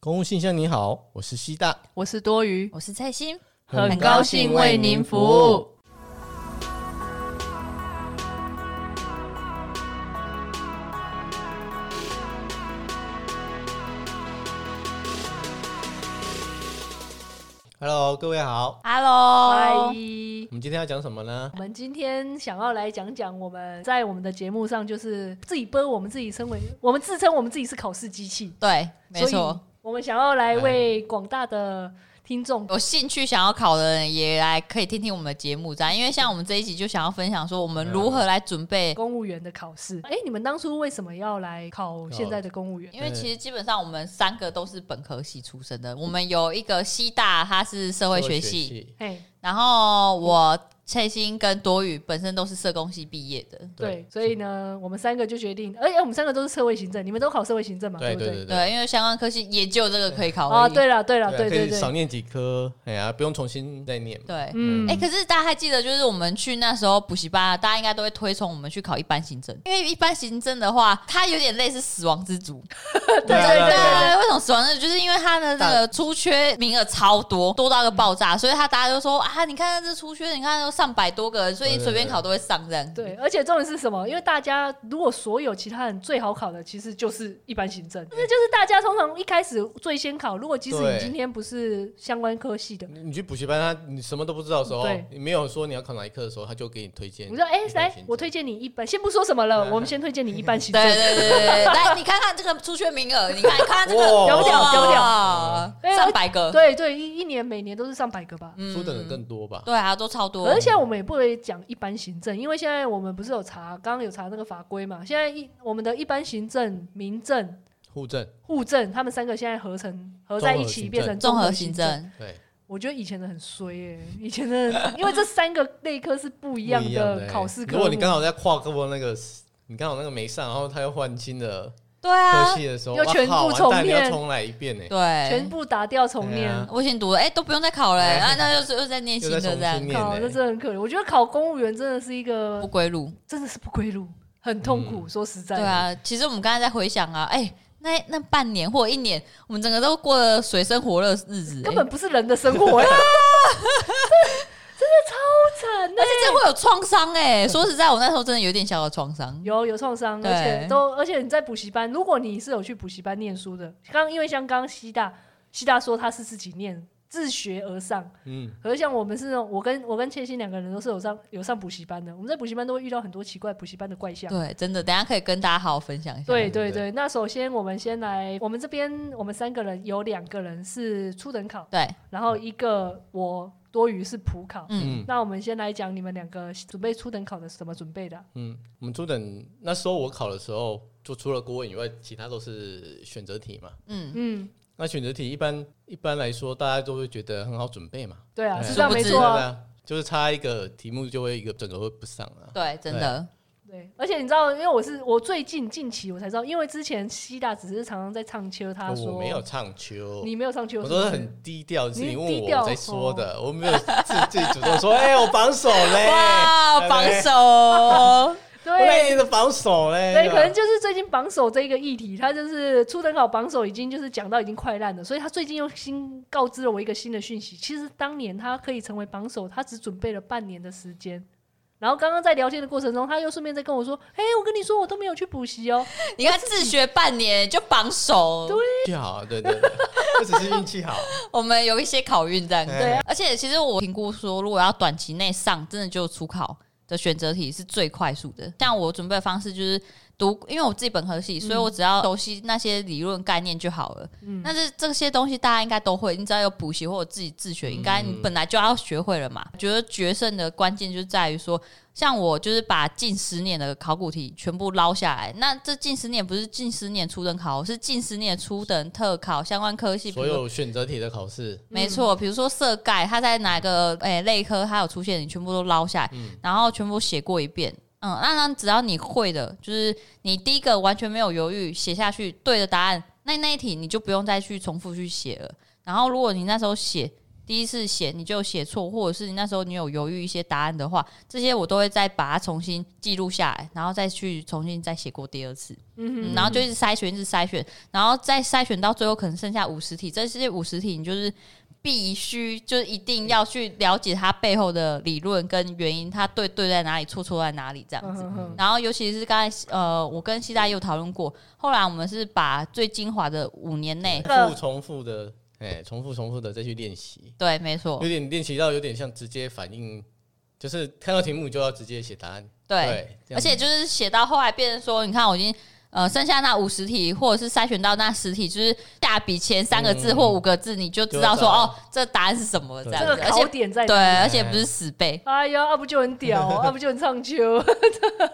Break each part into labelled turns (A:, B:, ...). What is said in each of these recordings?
A: 公务信箱，你好，我是西大，
B: 我是多余，
C: 我是蔡心，
B: 很高兴为您服务。。
A: Hello，各位好，
C: Hello，
B: 拜。
A: 我们今天要讲什么呢？
B: 我们今天想要来讲讲我们在我们的节目上，就是自己播我们自己称为我们自称我们自己是考试机器，
C: 对，没
B: 所以
C: 错。
B: 我们想要来为广大的听众，
C: 有兴趣想要考的人也来可以听听我们的节目，这样，因为像我们这一集就想要分享说我们如何来准备，
B: 公务员的考试。哎、你们当初为什么要来考现在的公务员？
C: 因为其实基本上我们三个都是本科系出身的，我们有一个西大，他是社会学系，
B: 哎、
C: 然后我嗯蔡心跟多宇本身都是社工系毕业的，
B: 对，所以呢，我们三个就决定，而、且我们三个都是社会行政，你们都考社会行政嘛，
A: 对
B: 不
A: 对对
C: 对，因为相关科系也就这个可以考
B: 哦，
C: 而已。
B: 对了，对了，对
A: 对啊
B: 对
A: 可以少
B: 对，
A: 念几科，哎呀，不用重新再 念嘛。
C: 对，哎、
B: 嗯，
C: 可是大家还记得，就是我们去那时候补习班，啊大家应该都会推崇我们去考一般行政，因为一般行政的话，它有点类似死亡 之组。
A: 对啊对啊对啊对啊
C: 为什么死亡之组？就是因为它的那个出缺名额超多，多到一个爆炸，所以他大家就说啊，你看这出缺，你看都上百多个人，所以随便考都会上这样。
B: 对，而且重点是什么？因为大家如果所有其他人最好考的，其实就是一般行政，这就是大家通常一开始最先考。如果即使
A: 对嗯
B: 你今天不是相关科系的，
A: 你你去补习班，他你什么都不知道的时候
B: 对，
A: 你没有说你要考哪一科的时候，他就给你推荐。
B: 你说哎、来，我推荐你一般，先不说什么了，
A: 嗯
B: 我们先推荐你一般行政。
C: 对对对对对，来你看看这个出缺名额，你看你看这个
A: 哇
B: 丢掉丢
C: 掉上百个，
B: 对对，一一年每年都是上百个吧。
C: 嗯
A: 书等的更多吧？
C: 对啊，都超多
B: 而。且现在我们也不会讲一般行政，因为现在我们不是有查，刚刚有查那个法规嘛。现在一我们的一般行政、民政、
A: 户政
B: 户政，他们三个现在合成合在一起，
A: 综合行政
B: 变成
C: 综合
B: 行
C: 行政，
A: 对，
B: 我觉得以前的很衰耶、以前的因为这三个类科是不一样
A: 不
B: 的
A: 欸
B: 考试科目。
A: 如果你刚好在跨过那个，你刚好那个没上，然后他又换新的
C: 对啊
A: 科，系的时候，
B: 又
A: 哇
B: 全部
A: 靠
B: 重
A: 完蛋你要
B: 念
A: 重来一遍欸呢。
C: 对，
B: 全部打掉重念，
A: 对啊
C: 我已经读了，哎、都不用再考了、
A: 对
C: 啊，那就是又在念新的
A: 又在重新
C: 这样
A: 念
B: 考
A: 欸
B: 这真的很可怜。我觉得考公务员真的是一
C: 不
B: 个，
C: 归路。
B: 真的是不归路，很痛
A: 嗯
B: 苦。说实在
C: 对
B: 的，
C: 啊，其实我们刚才在回想啊，哎、那那半年或一年，我们整个都过了水深火热的日子、
A: 欸
C: 哎
B: 根本不是人的生活呀、 真的真的超惨的、
C: 哎而且这会有创伤哎。说实在，我那时候真的有点小的创伤。
B: 有有创伤，
C: 对
B: 而且都而且你在补习班，如果你是有去补习班念书的，刚因为像刚刚西大西大说他是自己念自学而上，
A: 嗯，
B: 可是像我们是那种，我跟我跟千欣两个人都是有上有上补习班的，我们在补习班都会遇到很多奇怪补习班的怪象。
C: 对，真的，等一下可以跟大家好好分享一下。
B: 对
A: 对
B: 对
A: 对
B: 对，那首先我们先来，我们这边我们三个人有两个人是初等考，
C: 对，
B: 然后一个我多余是普考。
C: 嗯，
A: 嗯
B: 那我们先来讲你们两个准备初等考的是怎么准备的啊、
A: 嗯，我们初等那时候我考的时候，就除了国文以外，其他都是选择题嘛。
C: 嗯，
B: 嗯，
A: 那选择题一般一般来说，大家都会觉得很好准备嘛。
B: 对啊，
A: 对
B: 是这样
C: 殊不
B: 没
C: 知
B: 错
A: 对
B: 啊、
A: 啊，就是差一个题目就会一个整个会不上啊。
C: 对，真的，
B: 对，而且你知道，因为我是我最近近期我才知道，因为之前西大只是常常在唱秋，他啊说
A: 我没有唱秋，
B: 你没有上秋，
A: 我
B: 是不
A: 都
B: 是
A: 是很低调，是你问
B: 低
A: 我
B: 调哦
A: 我才说的，我没有自自己主动说，哎，我榜首嘞，
C: 哇，
A: 对哎
C: 榜
A: 不对，
C: 首，
B: 对，
A: 我那年的榜首嘞，
B: 对，
A: 吧
B: 可能就是最近榜首这一个议题，他就是初等考榜首已经就是讲到已经快烂了，所以他最近又新告知了我一个新的讯息。其实当年他可以成为榜首，他只准备了半年的时间。然后刚刚在聊天的过程中，他又顺便在跟我说：“哎、我跟你说，我都没有去补习哦。
C: 你看自学半年就榜首，
A: 运气好，对对对，这只是运气 好，
C: 我们有一些考运这样子。
B: 对啊
C: 而且其实我评估说，如果要短期内上，真的就初考的选择题是最快速的。像我准备的方式就是读，因为我自己本科系，所以我只要熟悉那些理论概念就好了。
B: 嗯
C: 但是这些东西大家应该都会，你只要有补习或者自己自学，应该你本来就要学会了嘛。觉得决胜的关键就在于说，像我就是把近十年的考古题全部捞下来。那这近十年不是近十年初等考，是近十年初等特考相关科系，比
A: 所
C: 如说
A: 有选择题的考试，
C: 没错，比如说色盖，它在哪个诶、类科它有出现，你全部都捞下来，然后全部写过一遍。嗯，那那只要你会的，就是你第一个完全没有犹豫写下去对的答案，那那一题你就不用再去重复去写了。然后如果你那时候写。第一次写你就写错，或者是你那时候你有犹豫一些答案的话，这些我都会再把它重新记录下来，然后再去重新再写过第二次。嗯，然后就一直筛选，一直筛选，然后再筛选到最后可能剩下五十题，这些五十题你就是必须就是一定要去了解它背后的理论跟原因，它对对在哪里，错错在哪里这样子。
B: 嗯哼
C: 然后尤其是刚才呃，我跟西大也有讨论过，后来我们是把最精华的五年内，
B: 个
A: 复重复的，哎，重复重复的再去练习，
C: 对，没错
A: 有，点练习到有点像直接反应，就是看到题目就要直接写答案。
C: 对，
A: 这样
C: 而且就是写到后来变成说，你看我已经。呃，剩下那五十题，或者是筛选到那十题，就是大笔前三个字
A: 嗯
C: 或五个字，你就知道
A: 就
C: 说，
A: 知道
C: 哦，这答案是什么了这
A: 对
C: 样
B: 这
C: 子
B: 个。
C: 而
B: 考
C: 且
B: 点在哪？
C: 对，而且不是死背。
B: 哎呀，要、不就很屌，要、不就很唱秋。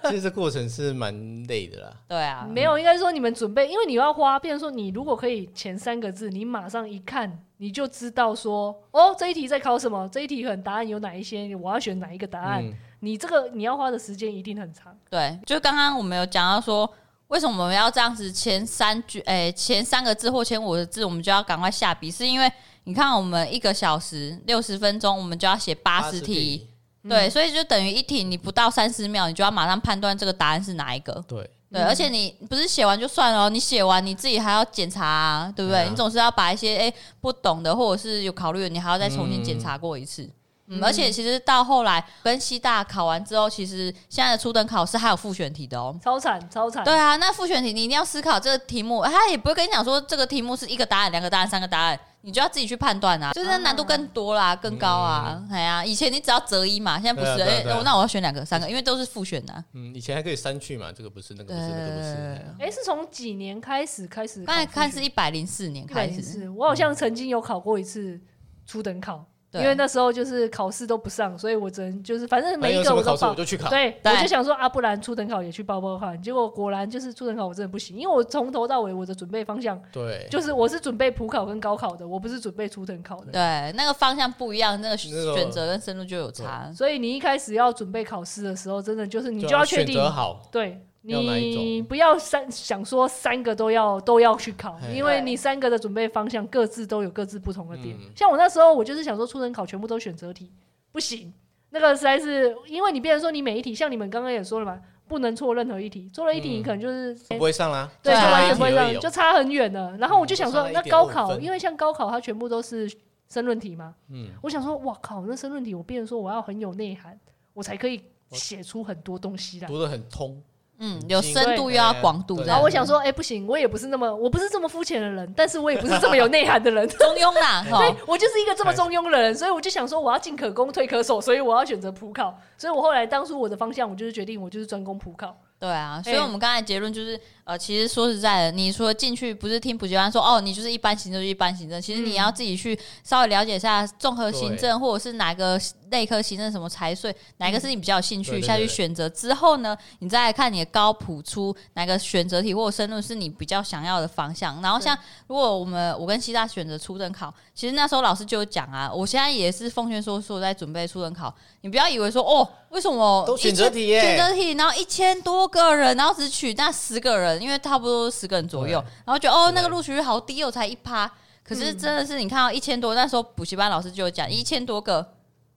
A: 其实这过程是蛮累的啦。
C: 对啊，
B: 没有，应该说你们准备，因为你要花，变成说你如果可以前三个字，你马上一看你就知道说，哦，这一题在考什么，这一题很答案有哪一些，我要选哪一个答案。
A: 嗯，
B: 你这个你要花的时间一定很长。
C: 对，就刚刚我们有讲到说，为什么我们要这样子前三句，诶、前三个字或前五个字，我们就要赶快下笔，是因为你看我们一个小时六十分钟，我们就要写八十
A: 80
C: 题，，嗯对，所以就等于一题你不到三十秒，你就要马上判断这个答案是哪一个。
A: 对，
C: 对，
B: 嗯
C: 而且你不是写完就算了哦，你写完你自己还要检查、啊，对不对？
A: 对啊
C: 你总是要把一些诶不懂的或者是有考虑的，你还要再重新检查过一次。嗯，
B: 嗯
C: 而且其实到后来跟西大考完之后，其实现在的初等考试还有复选题的哦。
B: 超惨，超惨。
C: 对啊，那复选题你一定要思考这个题目，他也不会跟你讲说这个题目是一个答案、两个答案、三个答案，你就要自己去判断
B: 嗯
C: 啊，就是难度更多啦，更高啊，哎呀、以前你只要择一嘛，现在不是，
A: 嗯对啊对啊
C: 哎
A: 对啊
C: 那我要选两个、三个，因为都是复选的、啊。
A: 嗯，以前还可以删去嘛，这个不是，那个不是，那个不是
C: 对
A: 哎呀。
B: 哎、是从几年开始开始？
C: 刚才看是一百零四年
B: 一百
C: 开
B: 零
C: 始，
B: 四，我好像曾经有考过一次初等考，
C: 对
B: 因为那时候就是考试都不上，所以我只能就是反正
A: 还
B: 每
A: 有
B: 一
A: 什
B: 个
A: 么
B: 我
A: 考
B: 都
A: 试我
B: 报。
A: 就去考。
B: 对，
C: 对
B: 我就想说啊，不然初等考也去报报看。结果果然就是初等考，我真的不行，因为我从头到尾我的准备方向
A: 对，
B: 就是我是准备普考跟高考的，我不是准备初等考的。
C: 对，那个方向不一样，那个
A: 那个
C: 选择跟深度就有差。
B: 所以你一开始要准备考试的时候，真的就是你就
A: 要
B: 确
A: 啊选
B: 定，
A: 择好。
B: 对
A: 要哪一
B: 你不要三想说三个都要都要去考，
A: 嘿
B: 因为
C: 对
B: 你三个的准备方向各自都有各自不同的点。
A: 嗯
B: 像我那时候，我就是想说初等考全部都选择题，不行，那个实在是因为你变成说你每一题，像你们刚刚也说了嘛，不能错任何一题，错了一题
A: 嗯
B: 你可能就是。
A: 不会上啦，
B: 哎对，
C: 啊就
B: 就
C: 差
B: 完
C: 一
B: 全
A: 题
B: 不会
A: 而
B: 这
A: 已
B: 样，
A: 哦
B: 就差很远了。然后我就想说，
A: 嗯
B: 那
A: 我差
B: 高
A: 1.5
B: 考，
A: 分
B: 因为像高考它全部都是申论题嘛，
A: 嗯，
B: 我想说，哇靠，那申论题我变成说我要很有内涵，我才可以写出很多东西来。
A: 读的很通，
C: 嗯，有深度又要广度，
A: 对
B: 然
C: 这样
B: 后我想说，哎、不行，我也不是那么，我不是这么肤浅的人，但是我也不是这么有内涵的人，
C: 中庸 啦，
B: 对
C: 吼，
B: 我就是一个这么中庸的人，所以我就想说，我要进可攻退可守，所以我要选择普考。所以我后来当初我的方向，我就是决定我就是专攻普考。
C: 对啊。所以我们刚才结论就是，呃，其实说实在的，你说进去不是听补习班说哦，你就是一般行政就一般行政，其实你要自己去稍微了解一下综合行政或者是哪个类科行政什么财税，哪一个是你比较有兴
A: 嗯对
C: 趣
A: 对对
C: 下去选择之后呢，你再来看你的高普出哪个选择题或者申论是你比较想要的方向。然后像如果我们我跟西大选择初等考，其实那时候老师就有讲啊，我现在也是奉劝说说在准备初等考，你不要以为说哦，为什么
A: 都选择题
C: 一
A: 耶
C: 千选择题，然后一千多个人，然后只取那十个人，因为差不多十个人左右，然后觉得哦
A: 对
C: 那个录取率好低哦，才一趴。可是
B: 嗯
C: 真的是你看到一千多，那时候补习班老师就有讲一千多个，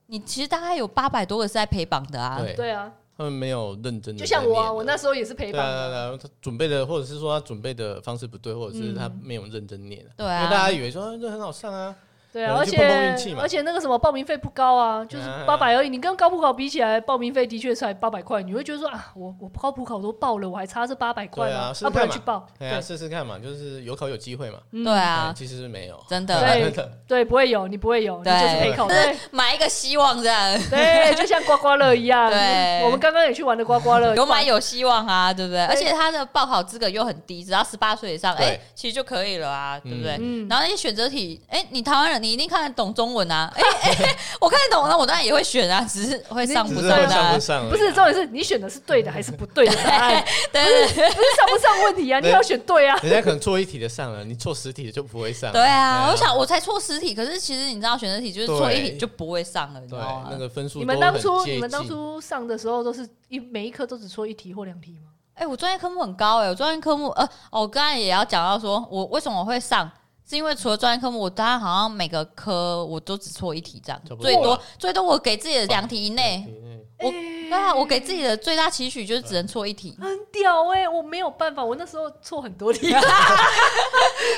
C: 你其实大概有八百多个是在陪榜的啊。
A: 对，
B: 对啊，
A: 他们没有认真的。
B: 就像我、啊，我那时候也是陪
A: 对
B: 榜、
A: 啊对啊，对啊他准备的，或者是说他准备的方式不对，或者是他没有认真念啊。
C: 嗯对
A: 因为
C: 啊，
A: 大家以为说啊这很好上啊，
B: 对啊，
A: 有
B: 而
A: 人去碰碰运
B: 且
A: 气嘛
B: 而且那个什么报名费不高啊，就是
A: 嗯
B: 八百而已。你跟高普考比起来，报名费的确才八百块，你会觉得说啊，我我高普考都报了，我还差这八百块
A: 对啊
B: 吗？
A: 试
B: 那
A: 试
B: 不然
A: 看
B: 去
A: 嘛
B: 报。
A: 对啊，试试看嘛，就是有考有机会嘛。
B: 嗯
C: 对啊
A: 嗯，其实是没有，啊
C: 真
B: 对
C: 的
B: 对，不会有，你不会有，你
C: 对
B: 就是陪考。对
C: 买一个希望这样，
B: 对，就像刮刮乐一样。
C: 对
B: 我们刚刚也去玩的刮刮乐，
C: 有买有希望啊，对不对？
B: 对
C: 而且他的报考资格又很低，只要十八岁以上，
A: 对
C: 哎，其实就可以了啊，对不对？
B: 嗯
C: 然后那些选择题，哎，你台湾人你一定看得懂中文啊， 哎哎，哎我看得懂，那我当然也会选啊，只是会上
A: 只
C: 不
A: 是
C: 上
A: 会
C: 的
A: 上
C: 啊
A: 不，上而已啊，
B: 不是重点是你选的是对的还是不对的答 案，
C: 对对对啊
B: 不是上不上问题啊，你要选 对啊。
A: 人家可能错一题的上了，你错十题的就不会上了。
C: 对啊！我想我才错十题，可是其实你知道选择题就是错一题
A: 对
C: 就不会上了，你知
A: 对
C: 道吗
A: 那？个分数
B: 你
A: 都
B: 们当
A: 很
B: 初
A: 接
B: 你们当
A: 近
B: 初上的时候都是一每一科都只错一题或两题吗？
C: 哎、我专业科目很高哎、我专业科目呃，哦我刚才也要讲到说，我为什么会上，是因为除了专业科目，我当然好像每个科我都只错一题这样
A: 差，不多
C: 最多
A: 吧
C: 最多我给自己的两题以内。
A: 体内
C: 我
B: 哎
C: 对啊，我给自己的最大期许就是只能错一题，
B: 很屌哎、我没有办法，我那时候错很多 题，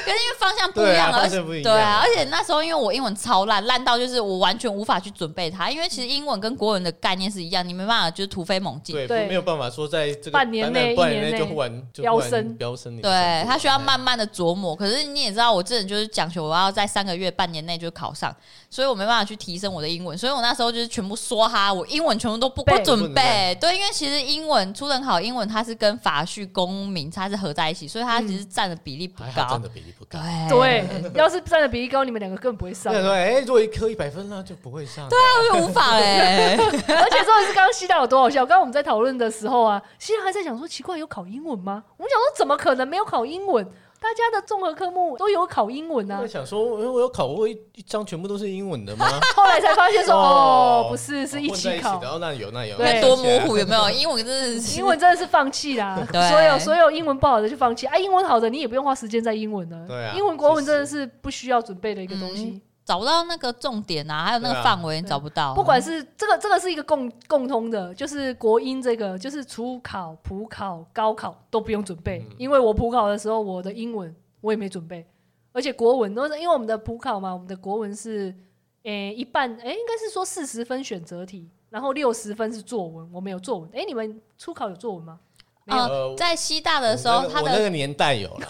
C: 可是因为方向不一
A: 对啊
C: 样，而
A: 方
C: 且
A: 向不一样
C: 对啊，而且那时候因为我英文超烂，烂到就是我完全无法去准备它，因为其实英文跟国文的概念是一样，你没办法就是突飞猛进，
A: 对，
B: 对
A: 没有办法说在这个
B: 半年
A: 短
B: 内一
A: 短
B: 年
A: 半内
B: 内
A: 就忽然就
B: 飙
A: 忽然
B: 升
A: 飙升你的程
C: 对
A: 度
C: 他需要
A: 哎
C: 慢慢的琢磨，可是你也知道，我这人就是讲求我要在三个月、半年内就考上，所以我没办法去提升我的英文，所以我那时候就是全部说哈，我英文全部都不
B: 背
C: 不
A: 不
C: 准
A: 能
C: 备，对，因为其实英文初等考英文它是跟法序、公民它是合在一起，所以它其实占的比例不
A: 还好
C: 高
A: 哎占，的比例不高。
C: 对
B: 对，要是占的比例高，你们两个更不会上
A: 对。对，哎，如果一科一百分那就不会上。对啊，
C: 那就无法 欸嘞、
B: 而且重点是，刚刚西大有多好笑？刚刚我们在讨论的时候啊，西大还在想说，奇怪，有考英文吗？我们想说，怎么可能没有考英文？大家的综合科目都有考英文啊
A: 我。想说，哎我有考过一一张全部都是英文的吗？
B: 后来才发现说，
A: 哦
B: 哦，不 是，是一
A: 混在一
B: 起
A: 起
B: 考
A: 的。。 哦，那有那有，
B: 对
C: 那
A: 那
C: 多模糊 有没有？英文真的是
B: 英文真的是放弃啦，
C: 对
B: 所有所有英文不好的就放弃啊，英文好的你也不用花时间在英文了。
A: 对啊
B: 英文国文真的是不需要准备的一个东西。
C: 找不到那个重点啊，还有那
A: 对
C: 个
A: 啊
C: 范围你找不到、
B: 不管是这个，这个是一个共共通的，就是国英这个，就是初考、普考、高考都不用准备，
A: 嗯
B: 因为我普考的时候，我的英文我也没准备，而且国文都是因为我们的普考嘛，我们的国文是，诶、一半，诶、应该是说四十分选择题，然后六十分是作文，我们有作文，诶、你们初考有作文吗？没有
C: 呃，在西大的时
A: 我
C: 候，
A: 那个
C: 他
A: 我那
C: 的
A: 个年代 有了，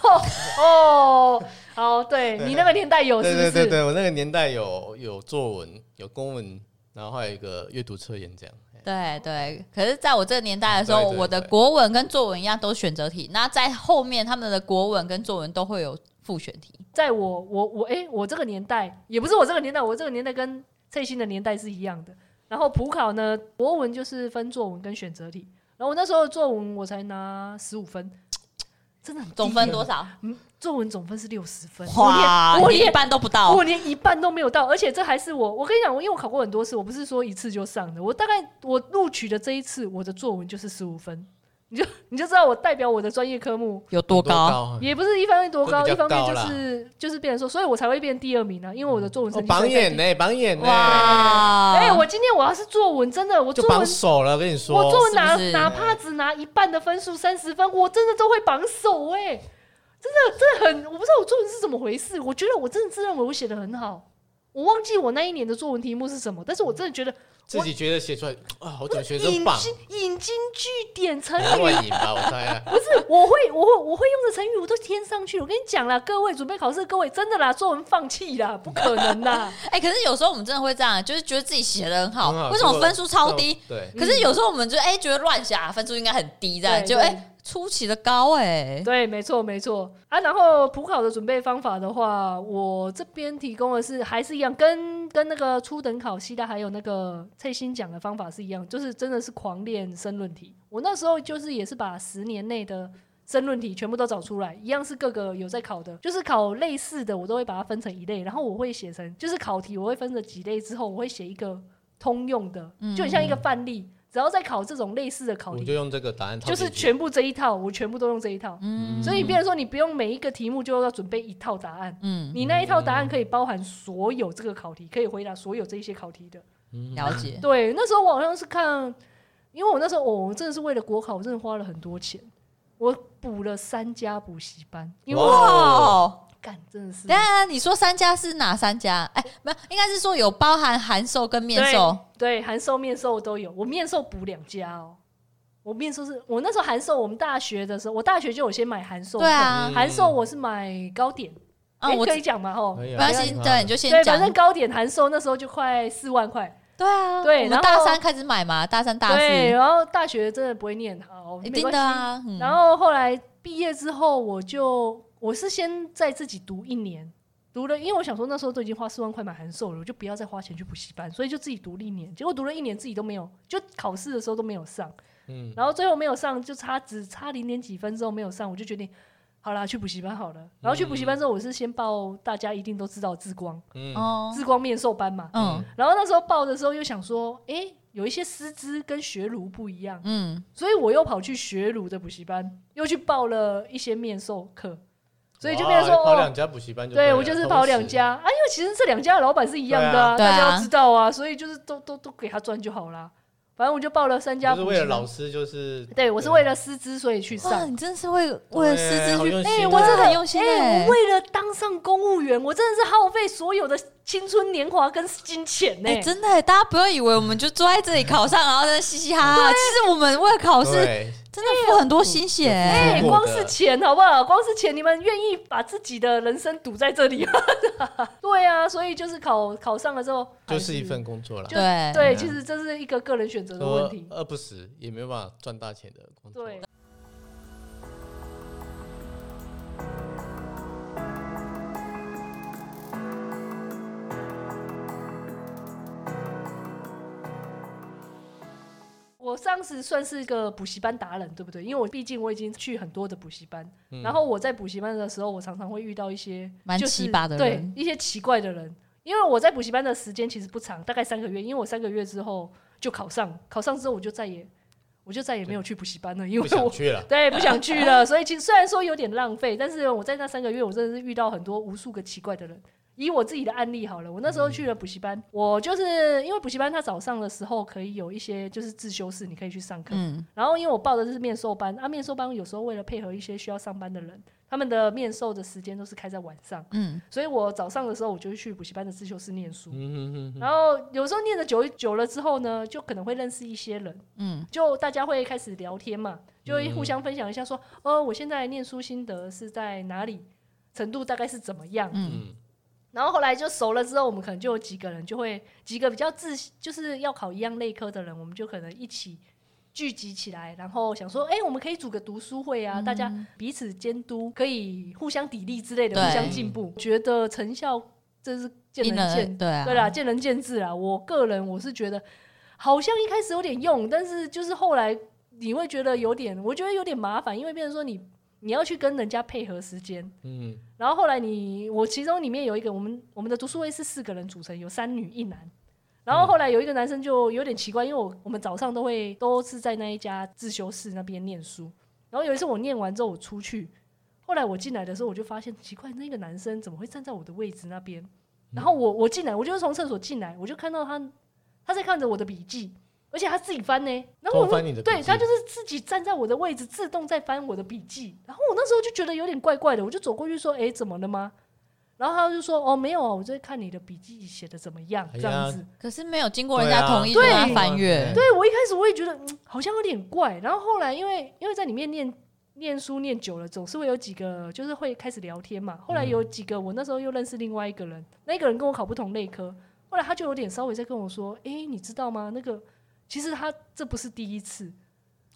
B: 哦，哦，对你那个年代有哦是
A: 对
B: 不是？
A: 对对对，我那个年代有有作文，有公文，然后还有一个阅读测验这样。
C: 对对，可是在我这个年代的时候，
A: 对对对
C: 我的国文跟作文一样都是选择题，那在后面他们的国文跟作文都会有复选题。
B: 在我我我诶，我这个年代也不是我这个年代，我这个年代跟蔡欣的年代是一样的。然后普考呢，国文就是分作文跟选择题，然后我那时候的作文我才拿十五分，真的很低
C: 总分多少？
B: 作文总分是六十分，
C: 哇，
B: 我
C: 你一
B: 连
C: 半都不
B: 我连
C: 到
B: 我。连一半都没有到，而且这还是我我跟你讲，我因为我考过很多次，我不是说一次就上的，我大概我录取的这一次，我的作文就是十五分，你就你就知道我代表我的专业科目
C: 有多高？
A: 啊？
B: 也不是一方面多高，
A: 会
B: 一
A: 比较
B: 方
A: 高
B: 面就
A: 啦
B: 是就是变成说，所以我才会变第二名啊，因为我的作文
A: 哦，
B: 成绩、
A: 榜眼！呢，榜眼呢，
C: 哇！
B: 哎、我今天我要是作文，真的我
A: 就
B: 作
A: 榜
B: 文，
A: 首啊了，跟你
B: 我
A: 说
B: 作。文拿
C: 是不是
B: 哪怕只拿一半的分数，三十分，我真的都会榜首哎、真的真的很，我不知道我作文是怎么回事，我觉得我真的自认为我写的很好，我忘记我那一年的作文题目是什么，但是我真的觉得
A: 自己觉得写出来啊，好久学生
B: 引
A: 榜，
B: 经引经据典成
A: 不要
B: 语
A: 乱引吧，我猜啊。
B: 不是，我会，我会，我会用的成语我都添上去。我跟你讲啦，各位准备考试，的各位真的啦，作文放弃啦，不可能啦。
C: 哎、可是有时候我们真的会这样，就是觉得自己写的很好，
A: 很好嗯
C: 为什么
A: 结果
C: 分数超低？
A: 对，
C: 可是有时候我们就哎、觉得乱想，分数应该很低这样，
B: 对
C: 就
B: 对
C: 哎、出奇的高哎、
B: 对，没错，没错啊。然后普考的准备方法的话，我这边提供的是还是一样，跟跟那个初等考西大还有那个蔡欣讲的方法是一样，就是真的是狂练申论题。我那时候就是也是把十年内的申论题全部都找出来，一样是各个有在考的，就是考类似的，我都会把它分成一类，然后我会写成就是考题，我会分成几类之后，我会写一个通用的，就很像一个范例。只要在考这种类似的考
A: 我
B: 题，
A: 就用这个答案套
B: 就是
A: 进去，
B: 全部这一套，我全部都用这一套。
C: 嗯
B: 所以变成说，你不用每一个题目就要准备一套答案，
C: 嗯，
B: 你那一套答案可以包含所有这个考题，可以回答所有这一些考题的。
A: 嗯
C: 了解。
B: 对，那时候我好像是看，因为我那时候、哦我真的是为了国考，我真的花了很多钱，我补了三家补习班，因为
A: 哇
B: 我
C: 哦。
B: 干真的是
C: 等一下，你说三家是哪三家？哎、没有，应该是说有包含函授跟面授。
B: 对函授、面授都有，我面授补两家哦。我面授是我那时候函授，我们大学的时候，我大学就有先买函授课，
C: 对啊，
A: 嗯
B: 函授我是买糕点，
C: 啊，
B: 诶
C: 我
B: 可以讲哦嘛吼，
A: 哎
C: 没
A: 呀
C: 关系，
A: 嗯
C: 对，你就先
B: 对，
C: 讲
B: 反。正糕点函授那时候就快四万块，
C: 对啊，
B: 对然
C: 我们
B: 后
C: 大三开始买嘛，大三大
B: 对，
C: 四
B: 然后大学真的不会念好，
C: 一
B: 没
C: 定
B: 关
C: 的
B: 系。
C: 啊。嗯
B: 然后后来毕业之后，我就我是先在自己读一年，读了，因为我想说那时候都已经花四万块买函授了，我就不要再花钱去补习班，所以就自己读了一年。结果读了一年自己都没有，就考试的时候都没有上，
A: 嗯，
B: 然后最后没有上，就差只差零点几分之后没有上，我就决定。好啦，去补习班好了。然后去补习班之后，我是先报大家一定都知道智光，
A: 嗯
C: 哦，
B: 智光面授班嘛。
C: 嗯
B: 然后那时候报的时候又想说，诶，有一些师资跟学儒不一样，
C: 嗯，
B: 所以我又跑去学儒的补习班，又去报了一些面授课，所以就变成说
A: 哇跑
B: 哦，
A: 两家补习班就
B: 对
A: 了
B: 我就是跑两，家啊，因为其实这两家的老板是一样的
C: 对
B: 大
C: 啊对啊
B: 家要知道啊，所以就是都都都给他赚就好啦。反正我就报了三
A: 同
B: 家
A: 时
B: 补
A: 就
B: 习
A: 是为
B: 班，
A: 了老师，就是
B: 对我是为了师资所以去
C: 哇，
B: 上。
C: 你真的是为为了师资
A: 对好
C: 去，
A: 用
C: 哎、
A: 心
C: 我真的
A: 哦
C: 很用心哎、
B: 我为了当上公务员，我真的是耗费所有的青春年华跟金钱呢、
C: 哎、真的耶，大家不要以为我们就坐在这 里考上，然后在那嘻嘻哈哈。其实我们为了考试，
A: 对
C: 真的付很多心血耶。
A: 哎
B: 哎、
A: 过
B: 光
A: 的
B: 是钱好不好？光是钱，你们愿意把自己的人生赌在这里吗？ 对啊，所以就是考考上了之后，还
A: 就是一份工作啦
B: 就。
C: 对
B: 对，
A: 嗯
B: 其实这是一个个人选择的问
A: 说
B: 题。
A: 饿不死也没有办法赚大钱的工作，
B: 对，我上次算是一个补习班达人，对不对？因为我毕竟我已经去很多的补习班，
A: 嗯
B: 然后我在补习班的时候，我常常会遇到一些
C: 蛮
B: 就是
C: 奇葩的
B: 对
C: 人
B: 一些奇怪的人。因为我在补习班的时间其实不长，大概三个月，因为我三个月之后就考上，考上之后我就再也我就再也没有去补习班了，因
A: 不
B: 为
A: 想
B: 我
A: 去了。
B: 对，不想去了。 所以其实虽然说有点浪费，但是我在那三个月，我真的是遇到很多无数个奇怪的人。以我自己的案例好了，我那时候去了补习
A: 嗯
B: 班，我就是因为补习班他早上的时候可以有一些就是自修室，你可以去上课。
C: 嗯，
B: 然后因为我报的是面授班，啊，面授班有时候为了配合一些需要上班的人，他们的面授的时间都是开在晚上，
C: 嗯，
B: 所以我早上的时候我就去补习班的自修室念书。
A: 嗯哼哼哼，
B: 然后有时候念的久久了之后呢，就可能会认识一些人，
C: 嗯，
B: 就大家会开始聊天嘛，就会
A: 嗯
B: 互相分享一下说，
C: 嗯
B: 哦，我现在念书心得是在哪里，程度大概是怎么样。
A: 嗯，
B: 然后后来就熟了之后，我们可能就有几个人就会几个比较自就是要考一样类科的人，我们就可能一起聚集起来，然后想说，哎、我们可以组个读书会
C: 嗯
B: 啊，大家彼此监督，可以互相砥砺之类的，
C: 对
B: 互相进步。觉得成效真是见
C: 因
B: 仁
C: 人
B: 见
C: 对啊，
B: 对啦，见仁见智啦。我个人我是觉得，好像一开始有点用，但是就是后来你会觉得有点，我觉得有点麻烦，因为变成说你你要去跟人家配合时间，
A: 嗯，
B: 然后后来你我其中里面有一个我们我们的读书会是四个人组成，有三女一男。然后后来有一个男生就有点奇怪，因为我我们早上都会都是在那一家自修室那边念书。然后有一次我念完之后我出去，后来我进来的时候我就发现奇怪，那个男生怎么会站在我的位置那边？然后我我进来，我就是从厕所进来，我就看到他他在看着我的笔记，而且他自己翻呢。然后我
A: 偷
B: 就
A: 翻你的笔
B: 对
A: 记
B: 他就是自己站在我的位置，自动在翻我的笔记。然后我那时候就觉得有点怪怪的，我就走过去说：“哎，怎么了吗？”然后他就说：“哦，没有啊，我在看你的笔记写的怎么样，
A: 哎
B: 这
A: 呀
B: 样子。
C: 可是没有经过人家同意就
B: 对啊
C: 让他翻阅，
B: 对我一开始我也觉得、嗯、好像有点怪，然后后来因为因为在里面念念书念久了，总是会有几个就是会开始聊天嘛。后来有几个我那时候又认识另外一个人，那个人跟我考不同类科，后来他就有点稍微在跟我说：“诶，你知道吗？那个其实他这不是第一次。”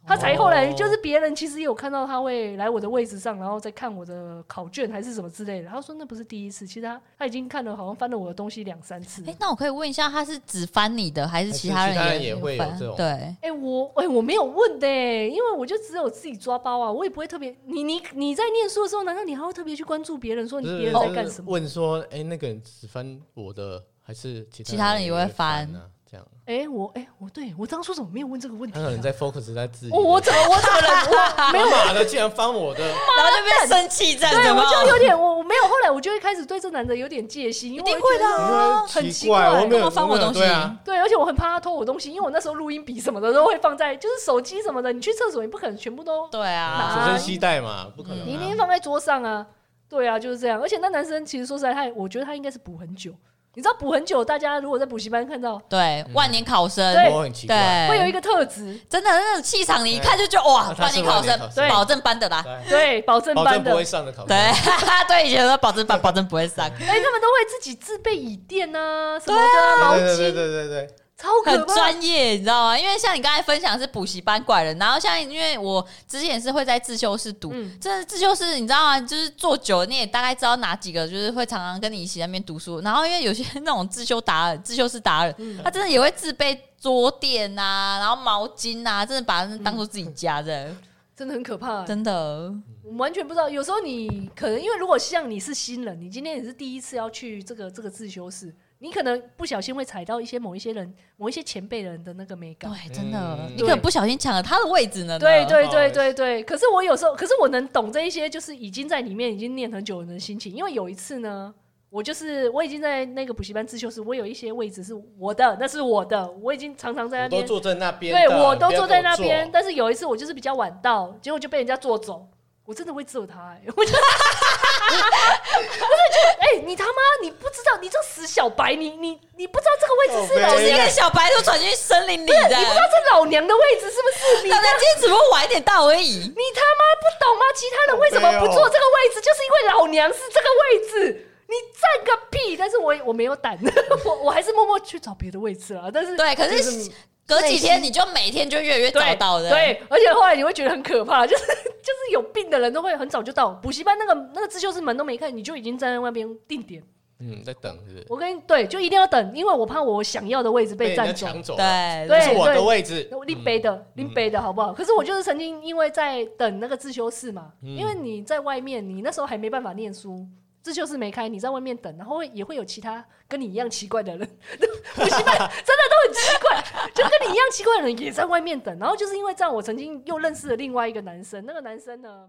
B: 他才后来
A: 哦
B: 就是别人其实也有看到他会来我的位置上，然后再看我的考卷还是什么之类的。他说那不是第一次，其实他他已经看了好像翻了我的东西两三次了。
C: 哎、那我可以问一下，他是只翻你的，还是
A: 还是
C: 其他
A: 其他
C: 人
A: 人也
C: 有
A: 会有
C: 翻
A: 这种
C: 对，
B: 哎、我哎、我没有问的、因为我就只有自己抓包啊，我也不会特别。你你你在念书的时候，难道你还会特别去关注别人，说
A: 不
B: 你
A: 是
B: 别人
A: 就
B: 在
A: 是
B: 干什么？
A: 问说，哎，那个人只翻我的，还是其
C: 其他人也会
A: 会
C: 翻
A: 啊？这样，
B: 哎、我哎、我对我当初怎么没有问这个问题、
A: 他
B: 啊？
A: 可能在 focus 在自己的。
B: 哦我 我怎么我怎么了？我没有，
A: 妈的，竟然翻我的！
C: 然后就被生气这样
B: 对
C: 子
B: 我
C: 吗？
B: 就有点我我没有。后来我就会开始对这男的有点戒心，因为
C: 一定
B: 我觉
C: 会的
B: 得
C: 啊
A: 因为
B: 很奇怪
A: 我没
C: 干嘛
A: 有
C: 翻我东西
A: 对啊，
B: 对，而且我很怕他偷我东西，因为我那时候录音笔什么的都会放在，就是手机什么的，你去厕所也不可能全部都
C: 对啊，
B: 拿
A: 随身携带嘛，不可能啊。
B: 你一定放在桌上啊。对啊，就是这样。而且那男生其实说实在，他也我觉得他应该是补很久。你知道补很久，大家如果在补习班看到，
C: 对，
A: 嗯
C: 万年考生，
B: 对
A: 我很奇怪，
C: 对，
B: 会有一个特质，
C: 真的那种气场，你一看就觉得哇，
A: 啊他
C: 万
A: 是
C: 年考
A: 万年考
C: 生，
A: 生
C: 保证班的啦。
A: 对
B: 对，保证
A: 保
B: 班
A: 证
B: 的
A: 不，会上的考试。
C: 对， 对，以前说保证班，保证不会上，
B: 哎、他们都会自己自备椅垫啊什么的啊、毛
A: 对对对对
B: 巾，
A: 对对，
B: 超可
C: 很
B: 怕。
C: 专业，你知道吗？因为像你刚才分享的是补习班怪人，然后像因为我之前也是会在自修室读，
B: 嗯
C: 真的自修室你知道吗？就是坐久了你也大概知道哪几个就是会常常跟你一起在那边读书，然后因为有些那种自修达人、自修室达人，
B: 嗯
C: 他真的也会自备桌垫啊，然后毛巾啊，真的把它当做自己家的，
B: 真的很可怕、
C: 真的。
B: 我完全不知道。有时候你可能因为如果像你是新人，你今天也是第一次要去这个这个自修室，你可能不小心会踩到一些某一些人、某一些前辈人的那个美感。
C: 对，真的，
A: 嗯
C: 你可能不小心抢了他的位置呢。
B: 对对
A: 啊不好
B: 对
A: 意思
B: 对对，可是我有时候，可是我能懂这一些，就是已经在里面已经念很久的人的心情。因为有一次呢，我就是我已经在那个补习班自修室，我有一些位置是我的，那是我的，我已经常常在那
A: 我都
B: 边，
A: 坐在那边的，
B: 对我都
A: 你不要
B: 坐在
A: 给我
B: 那边。
A: 坐，
B: 但是有一次我就是比较晚到，结果就被人家坐走，我真的会揍他、欸， 我就。哎、你他妈！你不知道，你这死小白，你你你不知道这个位置是
A: 靠
B: 老
A: 北
C: 就是一
B: 娘，
C: 个小白兔闯进森林里，这
B: 你不知道
C: 样。
B: 这老娘的位置是不是？你
C: 大家今天只不过晚一点到而已。
B: 你他妈不懂吗？其他人为什么不坐这个位置？就是因为老娘是这个位置，你站个屁！但是我我没有胆， 我我还是默默去找别的位置了。但是
C: 对，可
A: 就是是
C: 隔几天你就每天就越来越
B: 对
C: 早到的。
B: 对，而且后来你会觉得很可怕， 就是就是有病的人都会很早就到补习班那个那个自修室门都没看，你就已经站在那边定点。
A: 嗯，在等是不是
B: 我跟你对，就一定要等，因为我怕我想要的位置被
A: 人
B: 占
A: 家
B: 走。
A: 抢走了，
C: 对
A: 这
B: 对
A: 是我的位置，嗯
B: 拎背的，拎背的好不好？可是我就是曾经因为在等那个自修室嘛，
A: 嗯
B: 因为你在外面，你那时候还没办法念书，自修室没开，你在外面等，然后会也会有其他跟你一样奇怪的人， 补习班真的都很奇怪，就跟你一样奇怪的人也在外面等，然后就是因为这样，我曾经又认识了另外一个男生，那个男生呢？